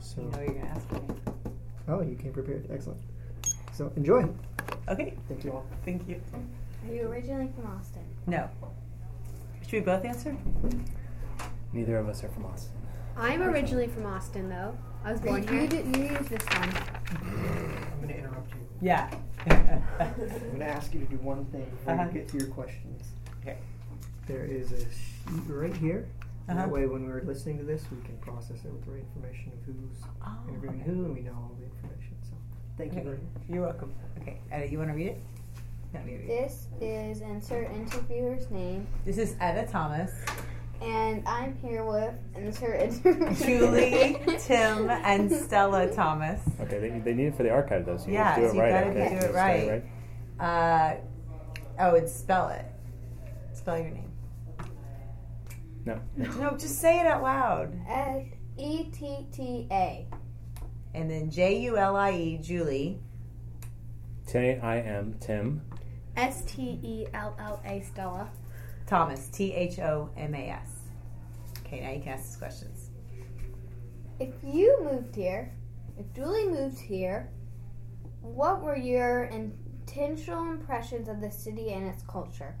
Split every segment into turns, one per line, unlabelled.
So,
You know you're gonna ask me.
oh, you came prepared. Excellent. So enjoy.
Okay,
Thank you all.
thank you.
Are you originally from Austin?
No. Should we both answer?
Neither of us are from Austin.
I'm originally from Austin, though. I was born here. You, did, you use this one.
I'm going to interrupt you.
Yeah.
I'm going to ask you to do one thing before
Uh-huh.
you get to your questions.
Okay.
There is a sheet right here.
Uh-huh.
That way, when we're listening to this, we can process it with the right information of who's
Oh,
interviewing
okay.
who, and we know all the information. So, thank you
Okay.
very much.
You're welcome. Okay, Edit, you want to read it? No, you read it.
This is insert interviewer's name,
This is Etta Thomas,
and I'm here with insert interviewer.
Julie, Tim, and Stella Thomas.
Okay, they, they need it for the archive though, so you
Yeah,
have to do
so
it
you
right.
gotta
okay?
do it
You gotta
right.
start
Uh, oh, and spell it. Spell your name.
No.
No, just say it out loud.
E T T A.
And then J U L I E, Julie.
Today I am Tim.
S T E L L A Stella.
Thomas, T H O M A S. Okay, now you can ask us questions.
If you moved here, if Julie moved here, what were your intentional impressions of the city and its culture?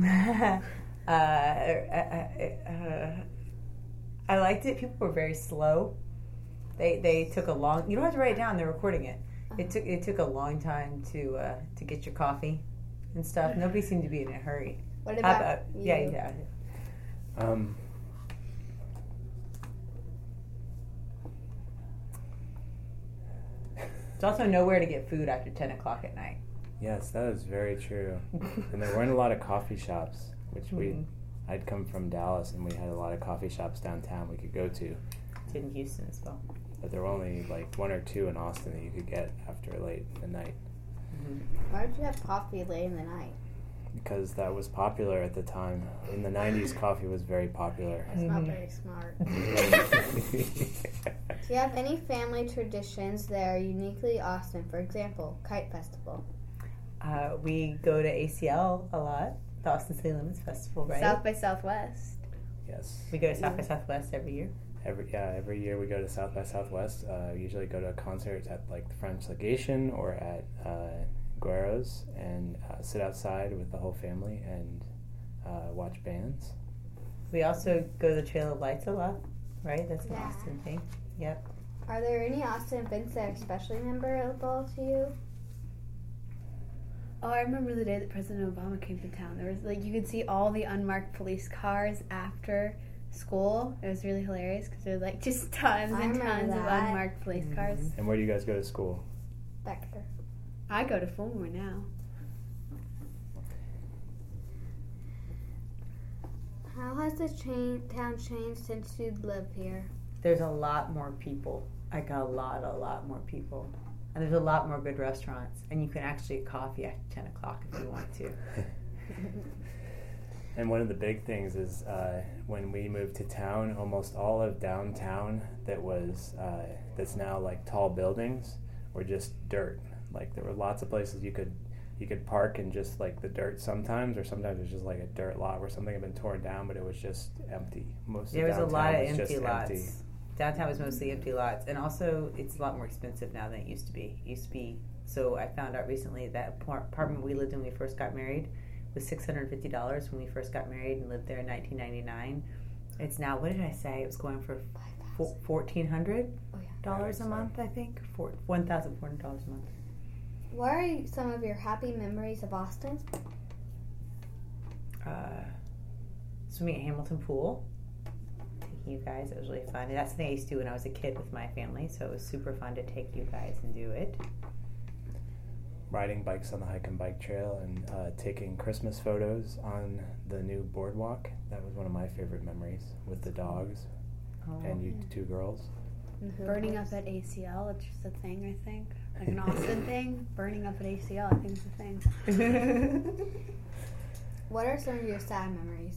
uh, uh, uh, I liked it. People were very slow. They they took a long. You don't have to write it down. They're recording it. It took it took a long time to uh, to get your coffee and stuff. Nobody seemed to be in a hurry. How
What about
about
you?
yeah yeah.
Um,
There's also nowhere to get food after ten o'clock at night.
yes, that is very true. And there weren't a lot of coffee shops, which we
Mhm.
I'd come from Dallas and we had a lot of coffee shops downtown we could go to,
It's in Houston as well.
but there were only like one or two in Austin that you could get after late at night
Why would you have coffee late in the night?
because that was popular at the time. In the 90s, coffee was very popular.
That's not
Mhm.
very smart.
I
Do you have any family traditions that are uniquely Austin? For example, Kite Festival,
Uh, we go to ACL a lot, the Austin City Limits Festival, right?
South by Southwest.
Yes.
we go to South by Southwest every year.
Every yeah, every year we go to South by Southwest. Uh, usually go to a concert at like the French Legation or at uh, Guero's and uh, sit outside with the whole family and uh, watch bands.
We also go to the Trail of Lights a lot, right? That's an
Yeah.
Austin thing.
Are there any Austin events that are especially memorable to you?
Oh, I remember the day that President Obama came to town. There was like you could see all the unmarked police cars after school. It was really hilarious because there were like just tons
I
and
remember
tons of
that.
unmarked police cars.
Mm-hmm.
And where do you guys go to school?
Vector.
I go to Fulmore now.
How has the chain, town changed since you live here?
There's a lot more people. Like a lot, a lot more people. And there's a lot more good restaurants. And you can actually get coffee after 10 o'clock if you want to.
And one of the big things is uh, when we moved to town, almost all of downtown that was uh, that's now like tall buildings were just dirt. Like there were lots of places you could you could park in just like the dirt sometimes, or sometimes it was just like a dirt lot where something had been torn down, but it was just empty. Most
There
of
was a
downtown
lot of
was
empty
just
lots.
empty.
Downtown was mostly empty lots. And also, it's a lot more expensive now than it used to be. It used to be, so I found out recently that apar- apartment we lived in when we first got married was $650 when we first got married and lived there in 1999. It's now, what did I say? It was going for
Five
fourteen hundred
Oh, yeah.
dollars a
Yeah,
month, I think. For one thousand four hundred dollars a month.
What are you- some of your happy memories of Austin?
Uh, swimming at Hamilton Pool. Taking you guys, it was really fun. And that's something I used to do when I was a kid with my family, so it was super fun to take you guys and do it.
Riding bikes on the hike and bike trail and uh, taking Christmas photos on the new boardwalk. That was one of my favorite memories with the dogs and you two girls.
Burning up at ACL, it's just a thing I think, like an Austin thing. Burning up at ACL, I think is a thing.
What are some of your sad memories?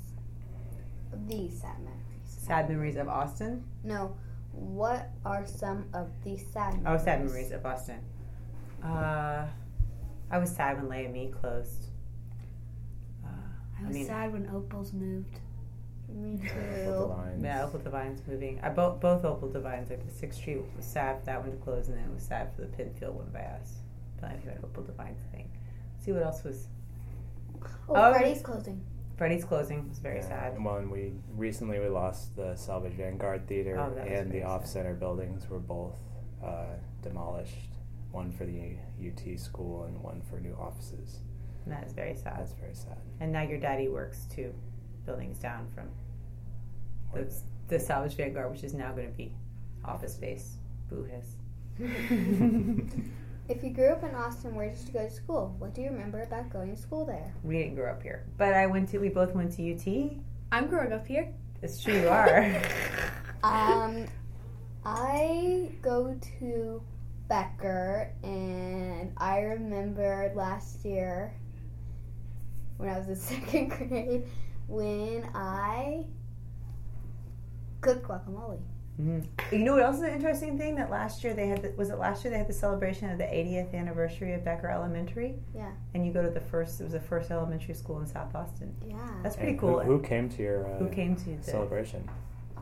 These sad memories.
sad memories of Austin.
No. What are some of these sad
Oh,
memories?
sad memories of Austin. Uh, I was sad when Leia Me closed. Uh,
I was
mean-
sad when Opals moved.
Me
Opal
too. Oh,
Divines.
Yeah, Opal Divine's moving. I both both Opal Divines, like the Sixth Street was sad for that one to close, and then it was sad for the Pinfield one by us. But I think that Opal Divines thing. Let's see what else was.
Oh,
Oh,
Freddy's closing.
Freddy's closing was very
Yeah,
sad.
and Well, and we recently we lost the Salvage Vanguard Theater
Oh, that was
and the
very sad.
Off Center buildings were both uh, demolished. One for the UT school and one for new offices.
And that is very sad.
That's very sad.
And now your daddy works two buildings down from
Or
the, the Salvage Vanguard, which is now going to be office space. Boo hiss.
If you grew up in Austin, where did you go to school? What do you remember about going to school there?
We didn't grow up here, but I went to. We both went to UT.
I'm growing up here.
It's true, you are.
Um, I go to Becker, and I remember last year when I was in second grade when I cooked guacamole.
Mhm. You know what else is an interesting thing that last year they had the, was it last year they had the celebration of the 80th anniversary of Becker Elementary.
Yeah.
And you go to the first it was the first elementary school in South Austin.
Yeah.
That's pretty
And
cool.
Who, who came to your uh,
Who came to the?
celebration?
Do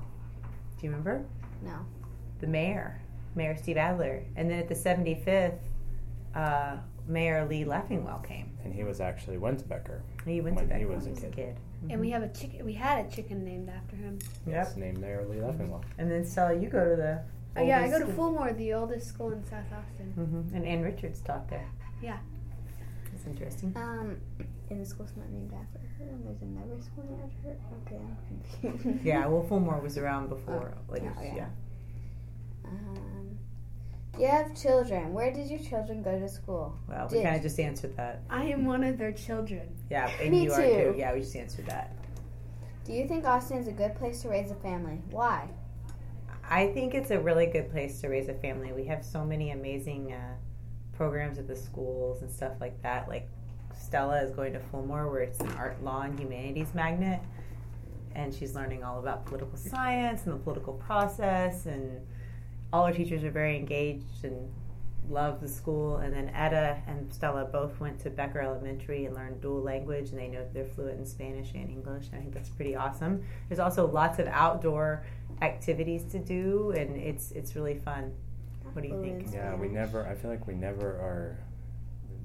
you remember?
No.
The mayor, Mayor Steve Adler, and then at the 75th, uh, Mayor Lee Leffingwell came.
And he was actually went to Becker.
He went to
When
Becker
he was a kid.
And we have a chicken. We had a chicken named after him.
Mm-hmm. Yep.
His name there, Lee Leffingwell.
And then Stella, you go to the.
Oh, yeah, I go to
oldest-
Fulmore, the oldest school in South Austin.
Mhm. And Ann Richards taught there.
Yeah.
That's interesting.
Um, and the school's not named after her, and there's another school named after her. Okay, I'm confused.
Yeah, well, Fulmore was around
Oh,
before. like,
yeah, yeah.
yeah.
Um, you have children. Where did your children go to school?
Well, we
Did.
kind of just answered that.
I am one of their children.
Yeah, and
Me
you are
too.
too. Yeah, we just answered that.
Do you think Austin is a good place to raise a family? Why?
I think it's a really good place to raise a family. We have so many amazing uh, programs at the schools and stuff like that. Like Stella is going to Fulmore, where it's an art, law, and humanities magnet, and she's learning all about political science and the political process. And all her teachers are very engaged and love the school. And then Etta and Stella both went to Becker Elementary and learned dual language, and they know they're fluent in Spanish and English. And I think that's pretty awesome. There's also lots of outdoor activities to do, and it's it's really fun. What do you think?
Fluent
Yeah, we
Spanish.
never. I feel like we never are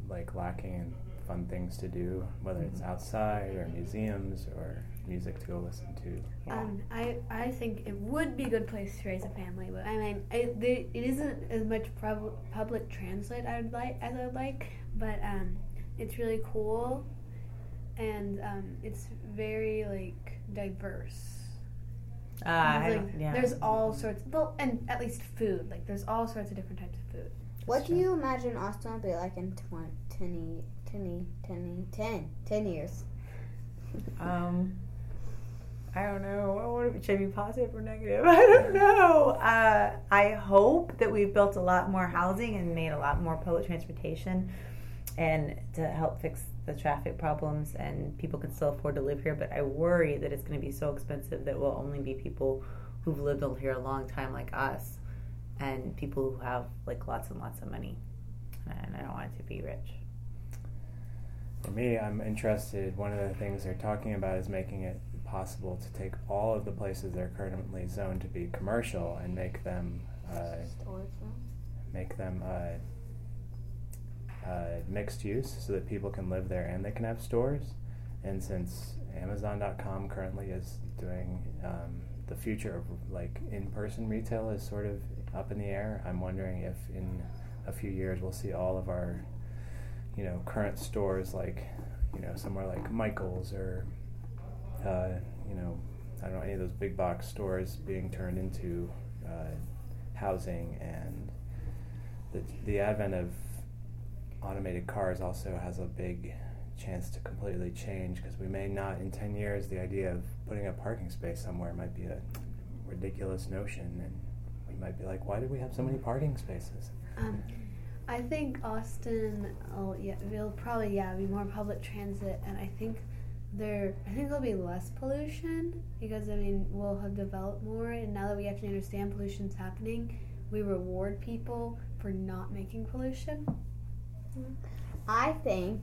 like lacking in fun things to do, whether it's
Mm-hmm.
outside or museums or music to go listen to.
Yeah.
Um, I, I think it would be a good place to raise a family, but I mean, it, the- it isn't as much prob- public transit I would like as I would like, but um, it's really cool, and um, it's very like diverse.
Uh, I
There's,
don't-
like,
yeah.
There's all sorts, well, and at least food. Like there's all sorts of different types of food.
What do you imagine Austin will be like in 20, 10, 10, 10, 10, 10 years?
Um, I don't know. I want to, should I be positive or negative? I don't know. Uh, I hope that we've built a lot more housing and made a lot more public transportation, and to help fix the traffic problems, and people can still afford to live here. But I worry that it's going to be so expensive that we'll only be people who've lived over here a long time, like us, and people who have like lots and lots of money. And I don't want it to be rich.
For me, I'm interested. One of the things they're talking about is making it possible to take all of the places they're currently zoned to be commercial and make them uh,
Storage room?
make them uh, uh, mixed use so that people can live there and they can have stores. And since Amazon.com currently is doing um, the future of like in-person retail is sort of up in the air, I'm wondering if in a few years we'll see all of our you know current stores like you know somewhere like Michaels or uh, you know I don't know any of those big box stores being turned into uh, housing and the, the advent of automated cars also has a big chance to completely change because we may not in 10 years the idea of putting a parking space somewhere might be a ridiculous notion and we might be like why do we have so many parking spaces
Um, I think Austin will yeah, will probably yeah be more public transit, and I think there I think there'll be less pollution because I mean we'll have developed more, and now that we actually understand pollution's happening, we reward people for not making pollution.
I think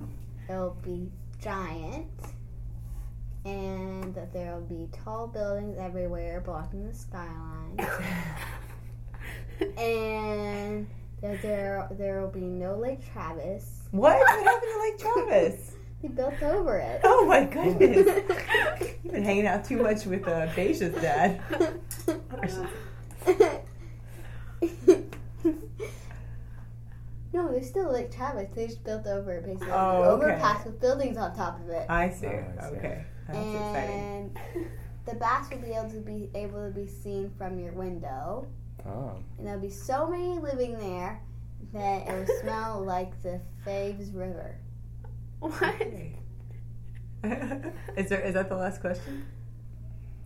it'll be giant and that there will be tall buildings everywhere blocking the skyline, and that there there will be no Lake Travis.
What? What happened to Lake Travis?
They built over it.
Oh my goodness. You've been hanging out too much with uh, Beja's dad.
no, there's still Lake Travis. They just built over it basically.
Oh,
An
okay.
Overpass with buildings on top of it.
I see.
Oh, I see.
Okay. That's exciting.
and the bats will be able to be able to be seen from your window.
Oh,
And there'll be so many living there that it will smell like the Faves River.
what?
is there is that the last question?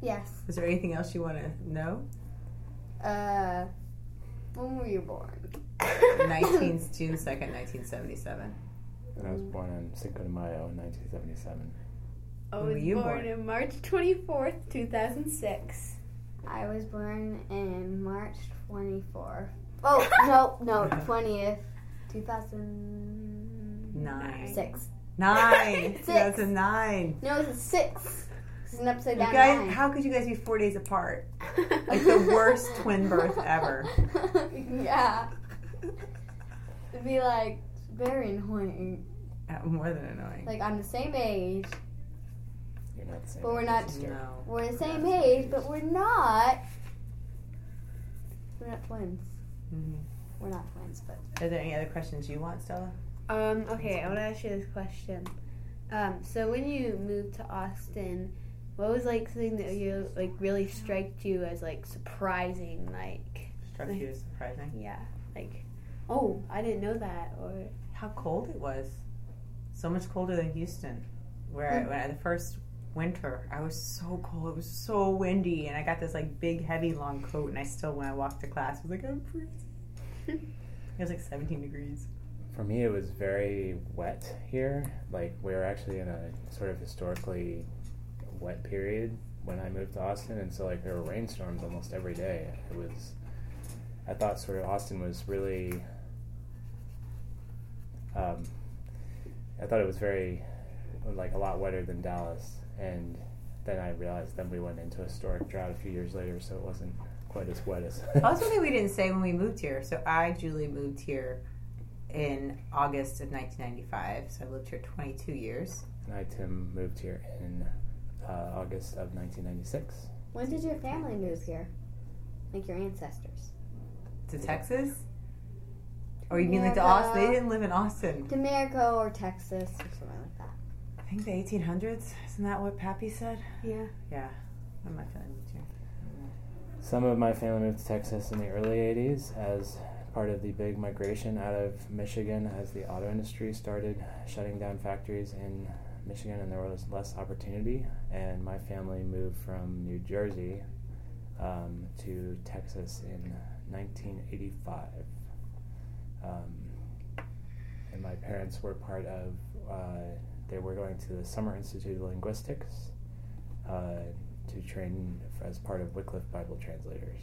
Yes.
Is there anything else you want to know?
Uh, when were you born?
19 June 2nd, 1977.
I was born on Cinco de Mayo in 1977.
I
When
was
were you
born,
born?
in March 24th, 2006.
I was born in March 24th. Oh, no, no, 20th, 2006.
Nine.
Six.
Nine. 2009.
No, it's a 6. It's an upside
You
down
guys,
nine.
how could you guys be four days apart? like the worst twin birth ever.
yeah. It'd be like very annoying.
Uh, More than annoying.
Like I'm the same age,
You're not the same.
but we're
age
not.
as your sister.
no.
We're the same age, but we're not. We're not twins.
Mm-hmm.
Mhm.
We're not twins, but
Are there any other questions you want, Stella?
Um, okay, I want to ask you this question. Um, so when you moved to Austin, what was like something that you like really striked you as like surprising? Like,
Struck you as surprising.
yeah, like, oh, I didn't know that. Or
How cold it was. So much colder than Houston, where I, when I, the first winter, I was so cold. It was so windy, and I got this like big, heavy, long coat, and I still, when I walked to class, was like, I'm freezing. it was like 17 degrees.
For me, it was very wet here. Like we were actually in a sort of historically wet period when I moved to Austin, and so like there were rainstorms almost every day. It was. I thought sort of Austin was really. Um, I thought it was very, like a lot wetter than Dallas, and then I realized then we went into a historic drought a few years later, so it wasn't quite as wet as.
Also, something we didn't say when we moved here. So I, Julie, moved here in August of 1995. So I lived here 22 years.
And I, Tim, moved here in uh, August of 1996.
when did your family move here? Like your ancestors
To Texas? Or you mean like to
Yeah,
Austin? They
no.
didn't live in Austin.
to America or Texas or somewhere like that.
I think the 1800s. Isn't that what Pappy said?
yeah,
Yeah. I'm not feeling moved here.
Some of my family moved to Texas in the early 80s as part of the big migration out of Michigan as the auto industry started shutting down factories in Michigan and there was less opportunity. And my family moved from New Jersey um, to Texas in 1985. Um, and my parents were part of, uh, they were going to the Summer Institute of Linguistics. Uh, to train f- as part of Wycliffe Bible translators.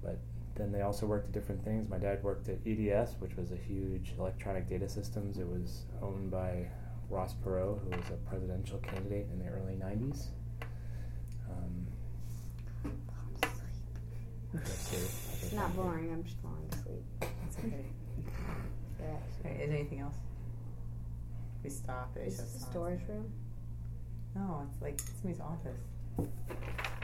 But then they also worked at different things. My dad worked at EDS, which was a huge electronic data systems. It was owned by Ross Perot, who was a presidential candidate in the early 90s. Um, let's see, I
It's
think
not
I'm-
boring. I'm just falling asleep.
It's okay.
Yeah.
Sorry, Is there anything else? We stop. It
This is the
just
storage room.
No, it's like somebody's office.
Oh,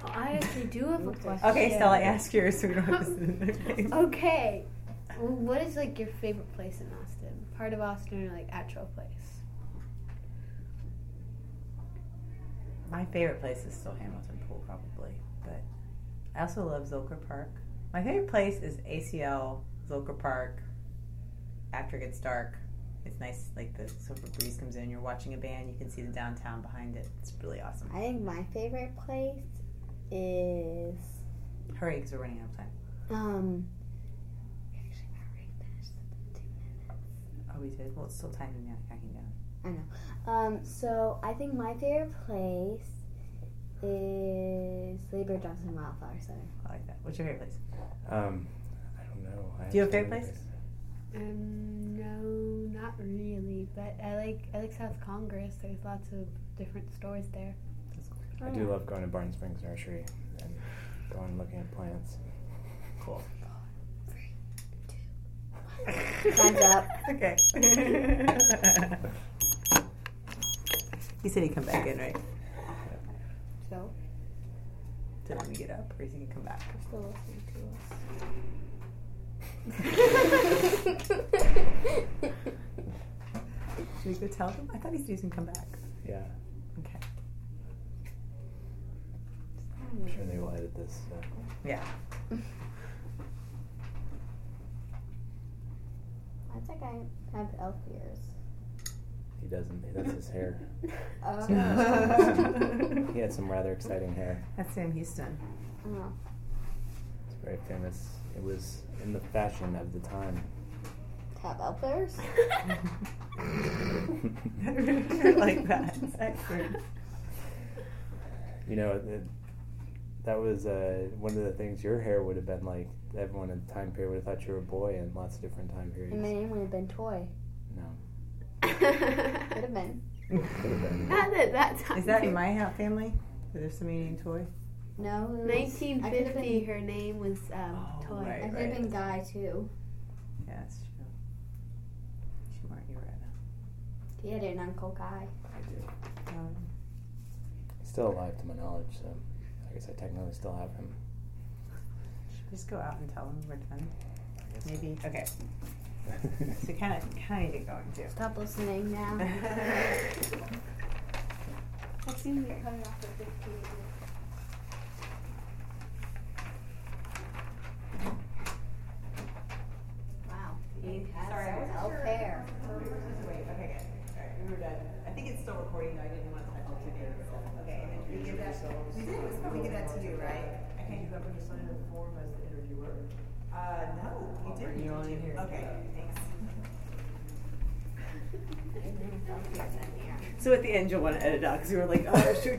I actually do have a question.
Okay, Stella, ask yours so we don't have to sit in their face.
Okay, well, what is like your favorite place in Austin? Part of Austin or like actual place?
My favorite place is still Hamilton Pool, probably, but I also love Zilker Park. My favorite place is ACL Zilker Park. After it gets dark, it's nice. Like the sort of breeze comes in. You're watching a band. You can see the downtown behind it. It's really awesome.
I think my favorite place is
Hurry, because we're running out of time.
um. Actually, I already finished the two minutes.
Oh, we did. Well, it's still time to knocking down.
Um, so I think my favorite place is Labor Johnson Wildflower Center.
I like that. What's your favorite place?
Um, I don't know. I
Do you have
so
a favorite
many
place?
places.
Um, no, not Not really, but I like I like South Congress. There's lots of different stores there.
I
Oh,
do love going to Barn Springs Nursery and going and looking at plants. Cool.
Time's up.
Okay. he said he'd come back in, right?
So,
Didn't want to get up, or is he gonna come back?
you're still listening to us.
Should we go tell them? I thought he said he was gonna come back.
Yeah,
Okay.
I'm sure they will edit this. So.
Yeah.
That's like I have elf ears.
He doesn't. That's his hair.
Oh.
He had some rather exciting hair.
That's Sam Houston.
oh.
It's very famous. It was in the fashion of the time.
Have elf ears?
like that. It's excellent.
You know, it, that was uh, one of the things your hair would have been like. Everyone in the time period would have thought you were a boy in lots of different time periods.
And my name would have been Toy.
No.
Could have been.
Could have been.
Not at that time.
Is that in my ha- family? Is there some Indian toy?
No. it was- I could have
1950,
been,
her name was um,
Oh,
Toy.
right.
I could have been Guy too.
Yeah, that's true. She might be right now.
He had an Uncle Guy.
I did.
Um,
He's still alive to my knowledge, so I guess I technically still have him.
should we just go out and tell them we're done?
I guess.
Maybe. Okay. So we kind of kind of get going too.
Stop listening now.
That seems to cut it off at 15 minutes.
wow. You have some elf hair.
Wait, okay, good. All right, we were done. I think it's still recording, though. I didn't want to touch it today. Okay, and then you give that, you did, was probably give that to you, right? I can't remember you signed the form as the interviewer. Uh, no, you didn't. You only here. Okay, thanks. So at the end, you'll want to edit out, because you were like, oh, should we